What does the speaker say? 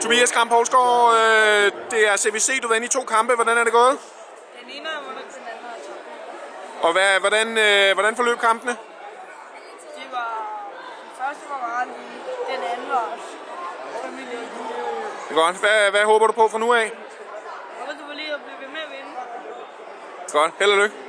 Tobias Kram Poulsgaard, øh, det er CVC, du var inde i to kampe. Hvordan er det gået? Den ene har vundet, den anden har tabt. Og hvad, hvordan, øh, hvordan forløb kampene? Det var... Den første var meget lige. Den anden var også familie. Det er Godt. Hvad, hvad håber du på fra nu af? Jeg håber, du var lige at blive ved med at vinde. Godt. Held og lykke.